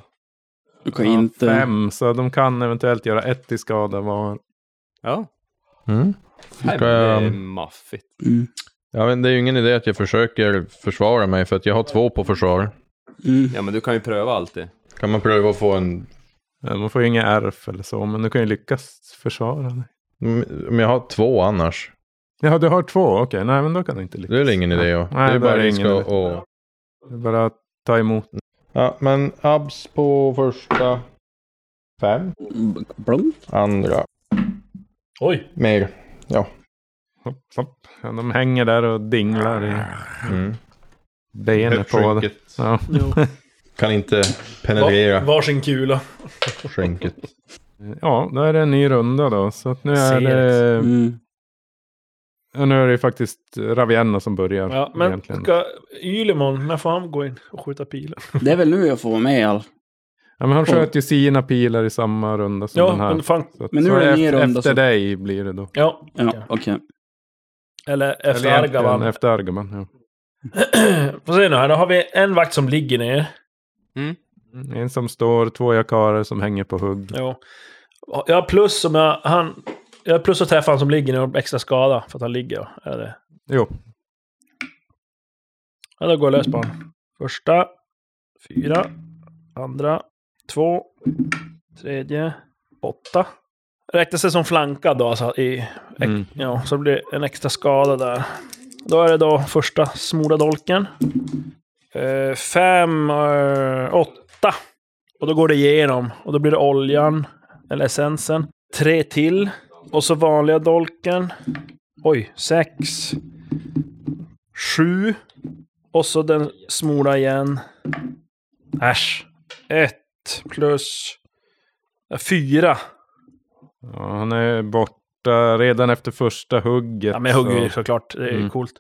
Du kan ja, inte... Fem, så de kan eventuellt göra ett i skada var. Ja. Mm. Nej, Ska men det är jag- maffigt. Ja, men det är ju ingen idé att jag försöker försvara mig för att jag har två på försvar. Ja, men du kan ju pröva alltid. Kan man pröva att få en... Eh, Man får ju inga ärf eller så, men du kan ju lyckas försvara dig. Mm, Men jag har två annars. Ja, du har två, okej. Nej, men då kan du inte lyckas. Det är väl ingen idé? att- Nej, det är då är bara det risk ingen att... idé. och- Det är bara att ta emot. Ja, men abs på första. Fem. Blom. Andra. Oj. Mer. Hopp, hopp. Ja, de hänger där och dinglar i Mm. benet på dig. Skynket. Ja. Kan inte Va, penetrera varsin kula. skynket. ja, då är det en ny runda då. Så att nu är Ser det... Mm. Ja, nu är det ju faktiskt Ravienna som börjar. Ja, men egentligen. ska Ylimon, när får han gå in och skjuta pilen? Det är väl nu jag får vara med i all... Ja, men han sköt ju sina pilar i samma runda som Ja, den här. men fan. Så att- Men nu så är det en ny efter, runda Efter så- dig blir det då. Ja, Ja, okej. eller efter Eller egentligen Argavan. Efter Argaban, ja. Får se nu här, då har vi en vakt som ligger ner. En som står, två jakarer som hänger på hugg. Jo. Jag har plus om jag... Han, jag har plus att träffa han som ligger ner och extra skada för att han ligger. Är det? Jo, Ja, då går jag lös på honom. Första. Fyra. Andra. Två. Tredje. Åtta. Räknas det som flankad då alltså? I, Mm. Ja, så blir det en extra skada där. Då är det då första smorda dolken. Eh, fem, eh, åtta. Och då går det igenom. Och då blir det oljan, eller essensen. Tre till. Och så vanliga dolken. Oj, sex. Sju. Och så den smola igen. Äsch. Ett plus ja, fyra. Ja, han är borta redan efter första hugget. Ja, men jag hugger ju såklart. Det är ju Mm. coolt.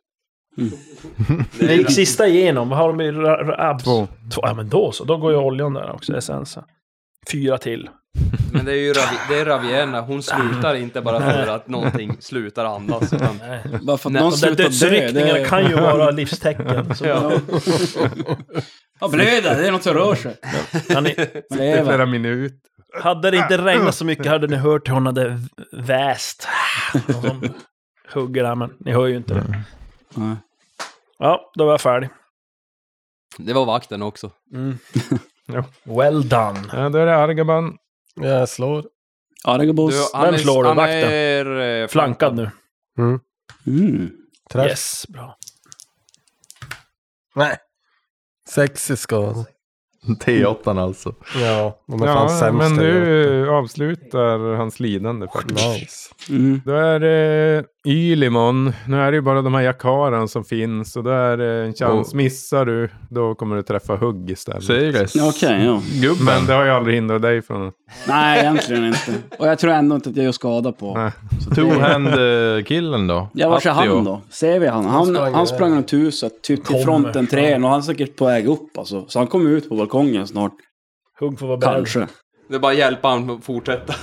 Det gick sista igenom. Vad har de i ra- ra- abs? Två. Två. Ja, men då så. Då går ju oljan där också. Essensen. Fyra till. Men det är ju Ravi, det är Ravienna, hon slutar inte bara för att någonting slutar andas. Utan... Bara för att Nej, någon och slutar dö. dödsryckningarna det- kan ju vara livstecken. Så Ja. Ja, blöder, det är något som rör sig. Han är, Man Det är lever. flera minuter. hade det inte regnat så mycket hade ni hört hur hon hade v- väst. Och de hugger där, men ni hör ju inte Mm. det. Nej. Ja, då var jag färdig. Det var vakten också. Well done. Ja, då är det Argaban. Jag slår. Argobos. Du, Vem slår du? han Vakten? är, eh, Flankad nu. Mm. Träff. Yes, bra. Nej. Sex i skada. T8 alltså. Ja, de är fan Ja, sämst. men där uppe. du avslutar hans lidande faktiskt. Nice. Mm. Då är det Ylimon. Nu är det ju bara de här jakaren som finns. Och då är det en chans. Och- Missar du, då kommer du träffa hugg istället. Säger det. Okej, ja. Gubben. Men det har ju aldrig hindrat dig från... Nej, egentligen inte. Och jag tror ändå inte att jag gör skada på. Nej. Så det- Two-hand-killen då? Ja, vars är Attio. han då? Ser vi han? Han, sprang han iväg. sprang runt huset, typ till Kommer. fronten trän och han är säkert på väg upp alltså. Så han kommer ut på balkongen snart, Hugg får vara beredd. kanske. Det är bara att hjälpa honom att fortsätta.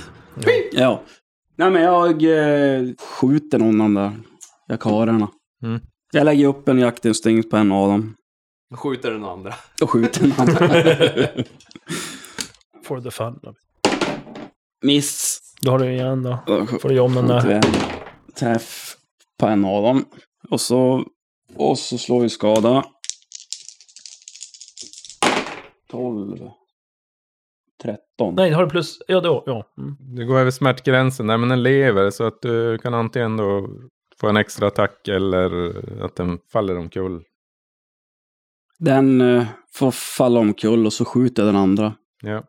Ja. Nej men jag eh, skjuter någon av de där jakarerna. Mm. Jag lägger upp en jaktinstinkt på en av dem. Då skjuter den andra. Och skjuter en annan. For the fun. of it. Miss. Då har du igen då. Då Får du om den skjuter där. jag en Träff på en av dem. Och så, och så slår vi skada. 12. 13. Nej, har du plus... Ja, då. Ja. Mm. Du går över smärtgränsen. Nej, men den lever. Så att du kan antingen då få en extra attack eller att den faller omkull. Den eh, får falla omkull och så skjuter jag den andra. Ja.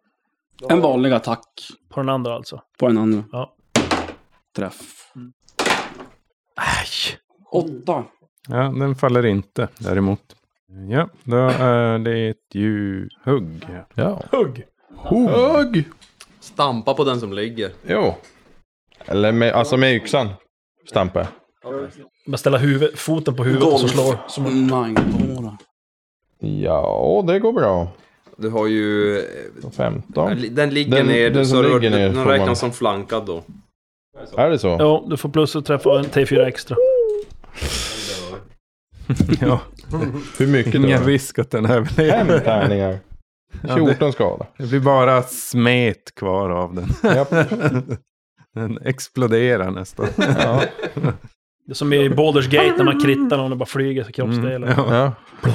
En vanlig attack På den andra alltså. på den andra. Ja. Träff. Nej! Åtta. ja, den faller inte däremot. Ja, då är det ett djurhugg. Ja. Hugg! Hugg! Stampa på den som ligger. Jo. Eller med, alltså med yxan. Stampe. Bara ställa huvud, foten på huvudet och så slår. Som en... Nine. Ja, det går bra. Du har ju... eh, 15. Den ligger Den- ner. den som så du- ligger ner Den får räknas man- som flankad då. Är det så? Ja, du får plus och träffa en T4 extra. Ja, Hur mycket ingen då? risk att den överlever. Fem tärningar. 14 skada. Det blir bara smet kvar av den. Japp. Den exploderar nästan. Ja. Det är som i Baldur's Gate när man krittar någon och bara flyger så kroppsdelar. Mm, ja. Ja.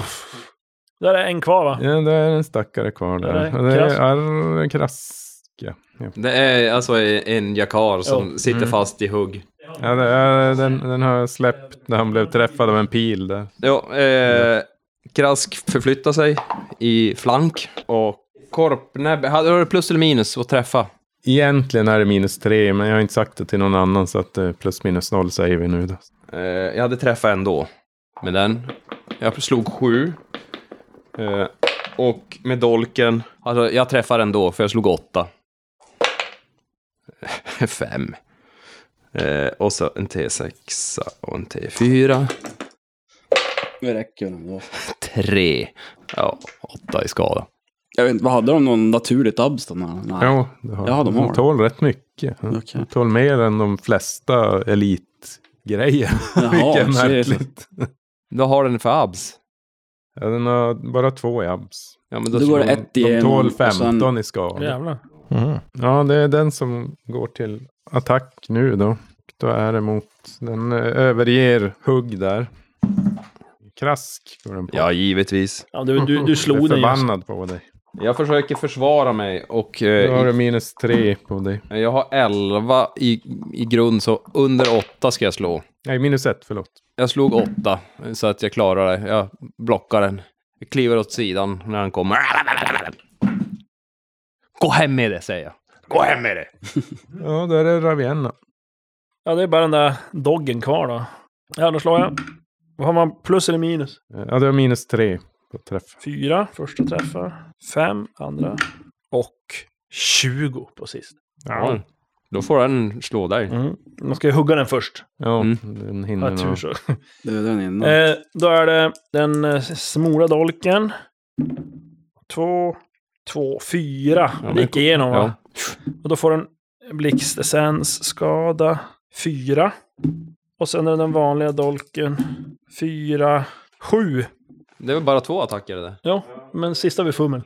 Där är en kvar va? ja, det är en stackare kvar Är det där. Och det krask? är Arr- kraska. Ja. Det är alltså en jakar som sitter Mm. fast i hugg. Ja, det är, den, den har jag släppt när han blev träffad av en pil där. Ja, eh, Krask förflyttar sig i flank och Korpnäbbe, har du plus eller minus att träffa? Egentligen är det minus tre, men jag har inte sagt det till någon annan så att eh, plus minus noll säger vi nu då. Eh, jag hade träffat ändå med den. Jag slog sju. Eh, och med dolken, alltså jag träffar ändå för jag slog åtta. Fem. Eh, och så en T6 och en T4. Det räcker ändå. Tre. Ja, åtta i skada. Jag vet inte, vad hade de någon naturligt abs de här? Nej. Jo, det har, Ja, de har. tål rätt mycket. De Okej. tål mer än de flesta elitgrejer. Vilket är så är det märkligt. Vad har den för abs? Ja, den har bara två i abs. Ja, men Då går det ett De igenom. tål och sen- 15 i skada. Jävlar. Mm. Ja, det är den som går till attack nu då. Då är det mot, den eh, överger hugg där. Krask går den på. Ja, givetvis. Ja, du, du, du Jag är slog den just. förbannad på dig. Jag försöker försvara mig och Då har eh, du minus tre på dig. jag har 11 i, i grund så under 8 ska jag slå. Nej, minus ett, förlåt. Jag slog 8 så att jag klarar det. Jag blockar den. Jag kliver åt sidan när han kommer. Gå hem med det säger jag. Gå hem med det. Ja, där är Ravienna. Ja, det är bara den där doggen kvar då. Ja, då slår jag. Då har man plus eller minus? Eh, Ja, det var minus tre på träff. Fyra, första träffen. Fem, andra. Och 20 på sist. Ja. Då får den slå dig. Man ska ju hugga den först. Ja, Mm. den hinner Ja, tur nog. så. Döda den innan. Eh, då är det den eh, smola dolken. Två, två, fyra. Ja, det gick men- igenom va? ja. Och då får den blixtessensskada fyra. Och sen är det den vanliga dolken. Fyra, sju. Det var bara två attacker det där. Ja, men sista vid fummel.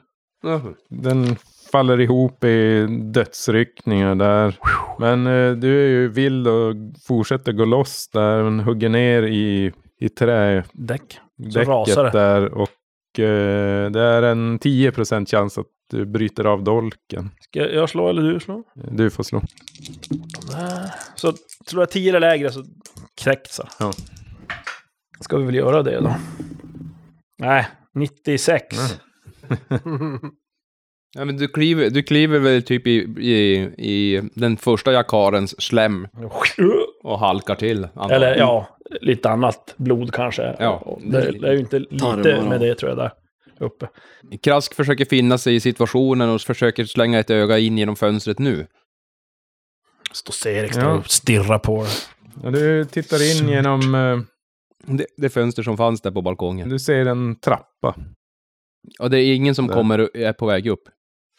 Den faller ihop i dödsryckningar där. Men eh, du är ju vild och fortsätter gå loss där. Den hugger ner i, i Däck. rasar det. trädäcket där. Och eh, det är en 10 chans att du bryter av dolken. Ska jag slå eller du slå? Du får slå. Där. Så tror jag 10 eller lägre så knäcks jag. Ja. Ska vi väl göra det då? Nej, 96. Ja, men du, kliver, du kliver väl typ i, i, i den första jakarens slem och halkar till. antar jag. Eller ja, lite annat blod kanske. Ja. Det, det är ju inte lite Tarmar, med ja. det tror jag där uppe. Krask försöker finna sig i situationen och försöker slänga ett öga in genom fönstret nu. Står Serix där Ja. och stirrar på Ja, du tittar in genom... eh, Det, det fönster som fanns där på balkongen. Du ser en trappa. Och det är ingen som Där. kommer är på väg upp.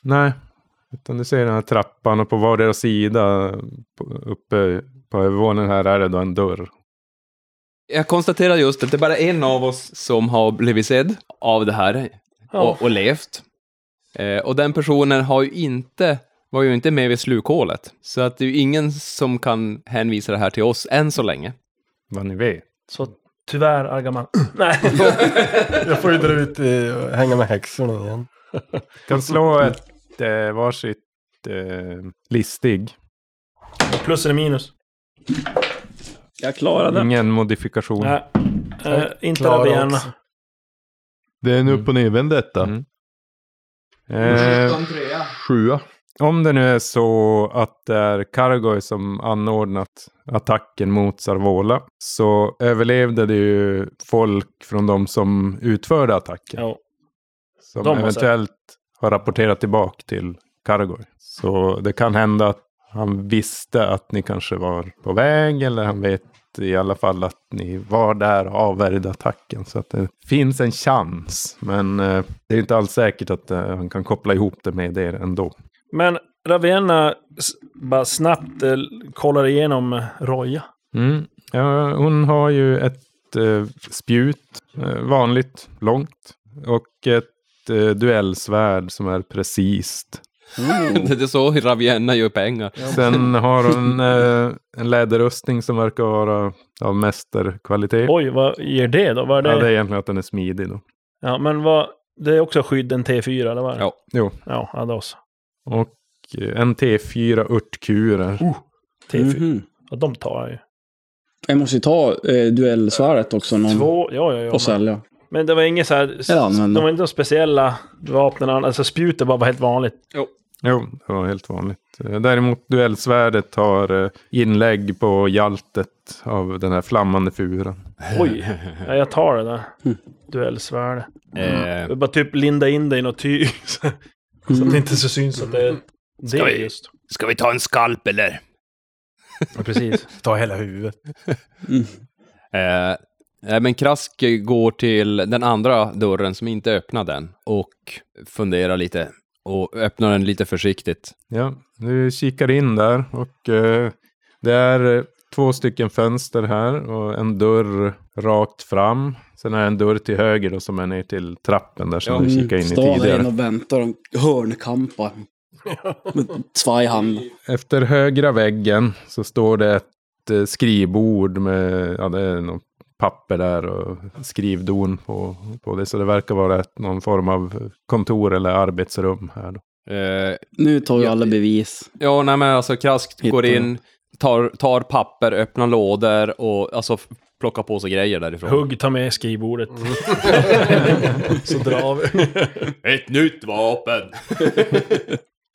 Nej, utan du ser den här trappan och på vardera sida på, uppe på övervåningen här är det då en dörr. Jag konstaterar just att det är bara en av oss som har blivit sedd av det här Ja. och, och levt. Eh, och den personen har ju inte, var ju inte med vid slukhålet. Så att det är ju ingen som kan hänvisa det här till oss än så länge. Vad ni vet. Så tyvärr, Argaman. Nej. Jag får ju dra ut eh, och hänga med häxorna igen. Kan slå ett eh, varsitt eh, listig. Plus eller minus? Jag klarade Ingen modifikation. Nej. Eh, inte Klara det igen. också. Det är en upp och nedvänd detta. Mm. Eh, Sjua. om det nu är så att det är Kargoy som anordnat attacken mot Sarvola så överlevde det ju folk från de som utförde attacken. Ja. Som De har sett. eventuellt har rapporterat tillbaka till Kargoy. Så det kan hända att han visste att ni kanske var på väg. Eller han vet i alla fall att ni var där och avvärjde attacken. Så att det finns en chans. Men eh, det är inte alls säkert att eh, han kan koppla ihop det med er ändå. Men Ravenna s- bara snabbt eh, kollar igenom eh, Roja. Mm. Ja, hon har ju ett eh, spjut, eh, vanligt, långt. Och ett eh, duellsvärd som är precis Oh. det är så Ravienna gör pengar. Sen har hon eh, en läderrustning som verkar vara av mästerkvalitet. Oj, vad ger det då? Vad Ja, är det är det? egentligen att den är smidig då. Ja, men vad... Det är också skydden T4, eller vad är det? Ja. Jo. Ja, ja, det är också. Och eh, en T4 örtkurer. T4. Mhm. Ja, de tar jag ju. Jag måste ju ta eh, duellsvärdet också. Någon, Två, ja, ja, ja. Mm. och sälja. Men det var inget så här... Eller använda. De var inte de speciella vapnen, alltså spjutet bara var helt vanligt. Jo, det var helt vanligt. Eh, Däremot duellsvärdet har eh, inlägg på hjaltet av den här flammande furan. Oj, ja, jag tar det där. Duellsvärde. Eh, Jag vill bara typ linda in dig i något tyg. Så så att det inte så syns att det är det Ska vi- just. Ska vi ta en skalp eller? Ja, precis. Ta hela huvudet. Eh, nej, men Krask går till den andra dörren som inte är öppnad än och funderar lite och öppnar den lite försiktigt. Ja, du kikar in där och eh, det är eh, två stycken fönster här och en dörr rakt fram. Sen är det en dörr till höger då, som är ner till trappen där som Ja. du kikade in i Står där tidigare. Mm. inne och väntar. och Hörnkampar. Med svaj i hand. Efter högra väggen så står det ett eh, skrivbord med ja, det är något papper där och skrivdon på, på det. Så det verkar vara ett, någon form av kontor eller arbetsrum här. Då. Eh, Nu tar vi alla bevis. ja, nej men alltså Krask Hittar går in, tar, tar papper, öppnar lådor och alltså f- plockar på sig grejer därifrån. Hugg, ta med skrivbordet. så drar vi. Ett nytt vapen!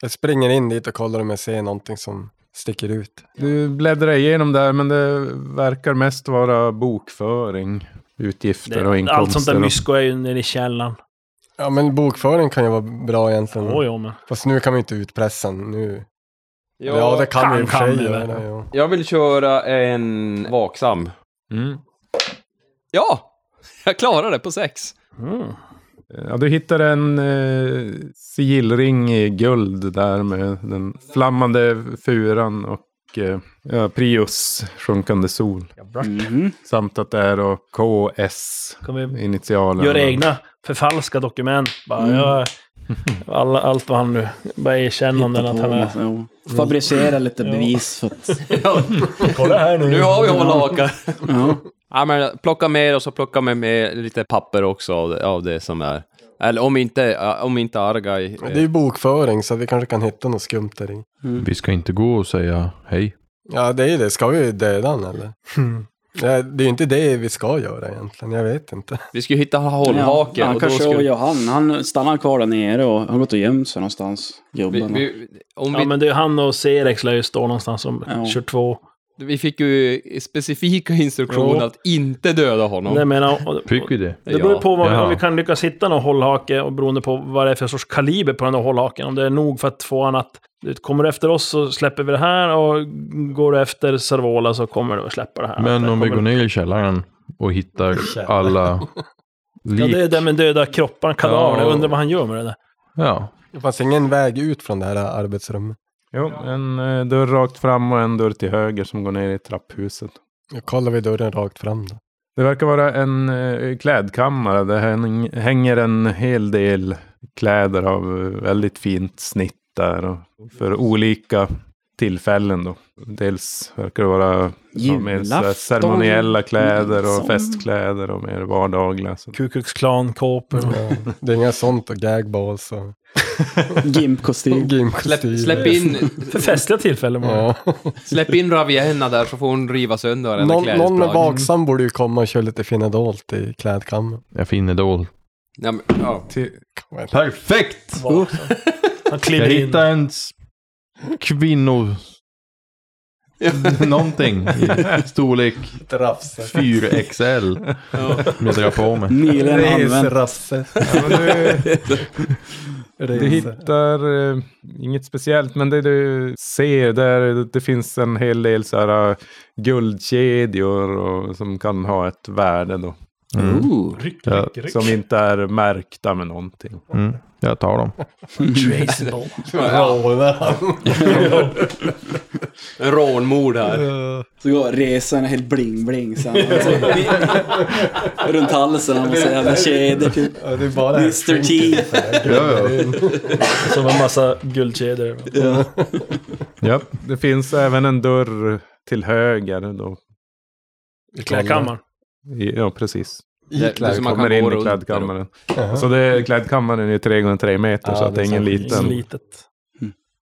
Jag springer in dit och kollar om jag ser någonting som sticker ut. Du bläddrar igenom där, men det verkar mest vara bokföring, utgifter och Det, inkomster. allt sånt där och- mysko är ju nere i källaren. Ja, men bokföring kan ju vara bra egentligen. Jo, jo, men. Fast nu kan vi inte utpressa den nu. Ja, Ja, det kan, vi i och för kan sig vi göra. väl. Ja. Jag vill köra en vaksam. Mm. Ja! Jag klarar det på sex. Mm. Ja, du hittar en eh, sigillring i guld där med den flammande furan och eh, ja, Prius sjunkande sol. Mhm. Samt att det är då KS, Kan vi initialen. göra egna förfalska dokument. Bara, Mm. jag, alla, allt vad han nu... Bara erkännanden att han är... Fabricera lite Ja. bevis för att... Kolla här nu. Nu har vi hålla hakar. Ja. Ja, men plocka med och så plocka med, med lite papper också av det, av det som är. Eller om inte, ja, om inte Argai... Det är ju bokföring så vi kanske kan hitta något skumt där i. Vi ska inte gå och säga hej. Ja, det är ju det. Ska vi döda den eller? Ja, det är ju inte det vi ska göra egentligen. Jag vet inte. Vi ska ju hitta hållhaken. Ja, han och då kanske ska, och Johan, han stannar kvar där nere och har gått och gömt sig någonstans. vi, Gubben. vi, om vi, Ja, men det är han och Serex lär ju stå någonstans som Ja. 22. vi fick ju specifika instruktioner Jo. att inte döda honom. Nej, men, och, Fick vi det? Det beror på om, Ja. om vi kan lyckas hitta någon hållhake och beroende på vad det är för sorts kaliber på den där hållhaken. Om det är nog för att få han att... du vet, Kommer du efter oss så släpper vi det här och går du efter Servola så kommer du att släppa det här. Men Det om vi kommer- går ner i källaren och hittar alla Ja, lik. det är det med döda kroppar, kadaver. Ja. Jag undrar vad han gör med det där. Ja. Det fanns ingen väg ut från det här arbetsrummet. Jo, en eh, dörr rakt fram och en dörr till höger som går ner i trapphuset. Jag kollar vid dörren rakt fram då. Det verkar vara en eh, klädkammare. Det häng- hänger en hel del kläder av eh, väldigt fint snitt där. Och för olika tillfällen då. Dels verkar det vara ja, mer så här Julafton, ceremoniella kläder liksom. och midsommar. festkläder och mer vardagliga. Så. Kukux klan, kåpor. Ja. Det är inga sånt och gagballs och Gimp-kostym. Släpp, gymkostymer. släpp, in, För festliga tillfällen bara. Ja. släpp in Ravienna där så får hon riva sönder varenda Någon, någon med klädesplagg. Mm. vaksam borde ju komma och köra lite finadolt i klädkammaren. Jag finner dold. Ja, men, ja. Till, Perfekt! Han Jag kliver in. hittade en s- kvinno... Någonting i storlek Rafse. 4XL. Måste jag på mig. Nyligen använt. Rasse. Ja, men du, Du hittar eh, inget speciellt, men det du ser där, det finns en hel del så här, eh, guldkedjor och, som kan ha ett värde då. Mm. Ooh. Jag, Som inte är märkta med någonting. mm. jag tar dem. Mm. Traceable. En rånmord här. Så går resan helt bling-bling sen. Runt halsen, han har så jävla kedjor typ. Ja, det är bara Mr T. Som en massa guldkedjor. Ja. Det finns även en dörr till höger då. I klädkammaren. I, ja, precis. I Det är som klädkammaren. man Kommer kan gå in i runt klädkammaren. Så det, är- klädkammaren är 3 gånger 3 meter, Ja, så att det det är är ingen sant. liten. Litet.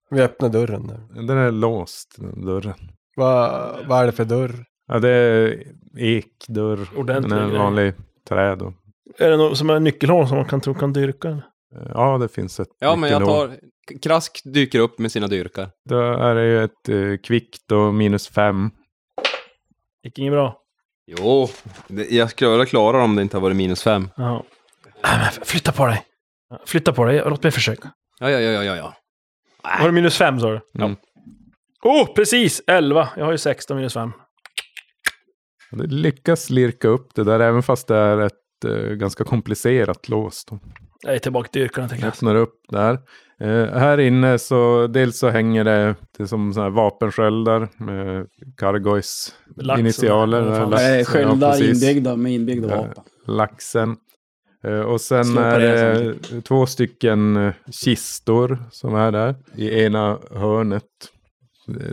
Vi öppnar dörren nu. Den är låst, den dörren. Vad, vad är det för dörr? Ja, det är ekdörr. Ordentlig Den är en grej. vanlig träd. Och, Är det någon som är nyckelhål som man kan tro kan dyrka? eller? ja, det finns ett Ja, men jag nyckelhål. tar... Krask dyker upp med sina dyrkar. Då är det ju ett eh, kvickt och minus fem. Gick inget bra? Jo, det- jag skulle klara om det inte har varit minus fem. Jaha. Nej, men Flytta på dig. Flytta på dig. Låt mig försöka. Ja, ja, ja, ja, ja, ja. Har du minus fem sa du? Mm. Ja. Oh, precis! 11. Jag har ju 16 minus 5. Och Det lyckas lirka upp det där, även fast det är ett eh, ganska komplicerat lås. Då. Jag är tillbaka till yrkena tänker Jag jag. öppnar upp där. Eh, här inne så dels så hänger det, det är som såna här vapensköldar med Cargoys Lax och- initialer. vad fan. lax- Nej, ja, Sköldar precis. inbyggda med inbyggda Ja. vapen. laxen. Eh, Och sen Slå på är det det två stycken eh, kistor som är där i ena hörnet.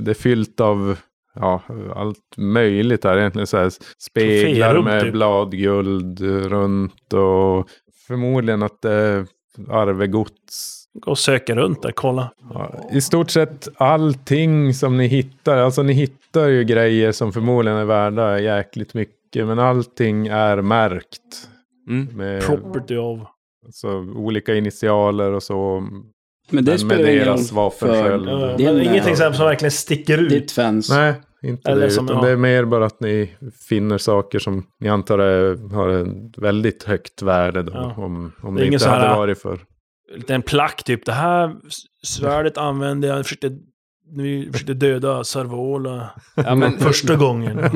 Det är fyllt av ja, allt möjligt här egentligen. Så här speglar Troférum, med typ. bladguld runt och förmodligen att det är arvegods Gå och söka runt där, kolla. Ja, I stort sett allting som ni hittar, alltså ni hittar ju grejer som förmodligen är värda jäkligt mycket, men allting är märkt. Mm. Med Eh. Property of... alltså, olika initialer och så. Men det Men spelar med ingen roll. deras vapensköld. för- Ja, ja. det är Eh, Men en- ingenting så här som verkligen sticker ut. Ditt fans. Nej, inte Eller det. som- utan ja. det är mer bara att ni finner saker som ni antar är, har ett väldigt högt värde. Då, Ja. Om, om Det det, är ingen inte så här- hade varit för. lite en plack typ. Det här s- svärdet använde jag, försökte, när vi försökte döda Sarvola. Ja, men- Första gången.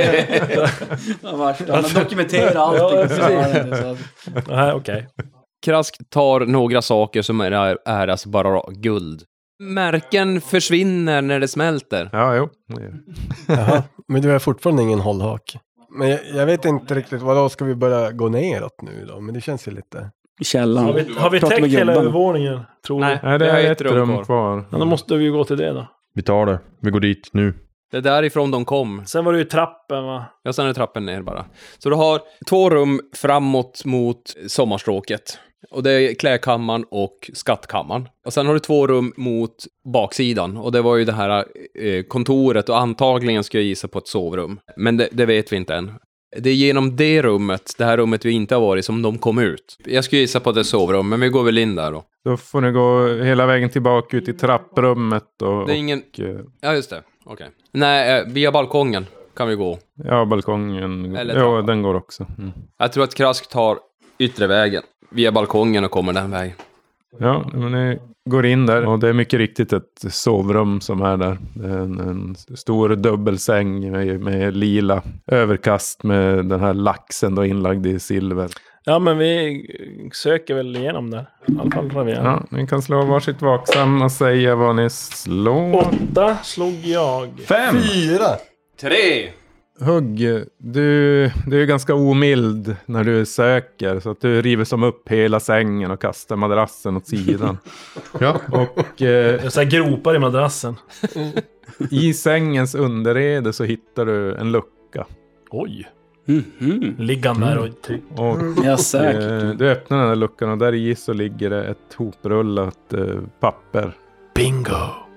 Ja, värst. Han har dokumenterat allting. Ja, Så har han det, så. Nej, okej. Krask tar några saker som är äras bara guld. Märken försvinner när det smälter. Ja, jo. Jaha, men du har fortfarande ingen hållhake. Men jag, jag vet inte riktigt, vadå ska vi börja gå neråt nu då? Men det känns ju lite... I källaren. Har vi, har vi Prata med täckt hela gubbarna. övervåningen? Tror du? Nej, det är ett rum kvar. Ja, då måste vi ju gå till det då. Vi tar det. Vi går dit nu. Det är därifrån de kom. Sen var det ju trappen va? Jag stannar trappen ner bara. Så du har två rum framåt mot sommarstråket. Och det är klädkammaren och skattkammaren. Och sen har du två rum mot baksidan. Och det var ju det här eh, kontoret och antagligen ska jag gissa på ett sovrum. Men det, det vet vi inte än. Det är genom det rummet, det här rummet vi inte har varit, som de kom ut. Jag skulle gissa på att det är sovrum, men vi går väl in där då. Då får ni gå hela vägen tillbaka ut i trapprummet. Och, Det är ingen... och, eh, Ja, just det. Okej. Nej, eh, via balkongen kan vi gå. ja, balkongen. Eller Ja, trappan. den går också. Mm. Jag tror att Krask tar yttre vägen. Via balkongen och kommer den vägen. Ja, men ni går in där och det är mycket riktigt ett sovrum som är där. Det är en, en stor dubbelsäng med, med lila överkast med den här laxen då inlagd i silver. Ja, men vi söker väl igenom där. I alla fall Ravien. Ja, ni kan slå varsitt vaksam och säga vad ni slår. Åtta slog jag. Fem! Fyra! Tre! Hugg, du, du är ganska omild när du söker. Så att du river som upp hela sängen och kastar madrassen åt sidan. Ja. Och eh, Det är så här gropar i madrassen. i sängens underrede så hittar du en lucka. Oj. Mhm. Ligger han där och trycker. Och Ja, säkert. Eh, Du öppnar den här luckan och där i så ligger det ett hoprullat eh, papper. Bingo!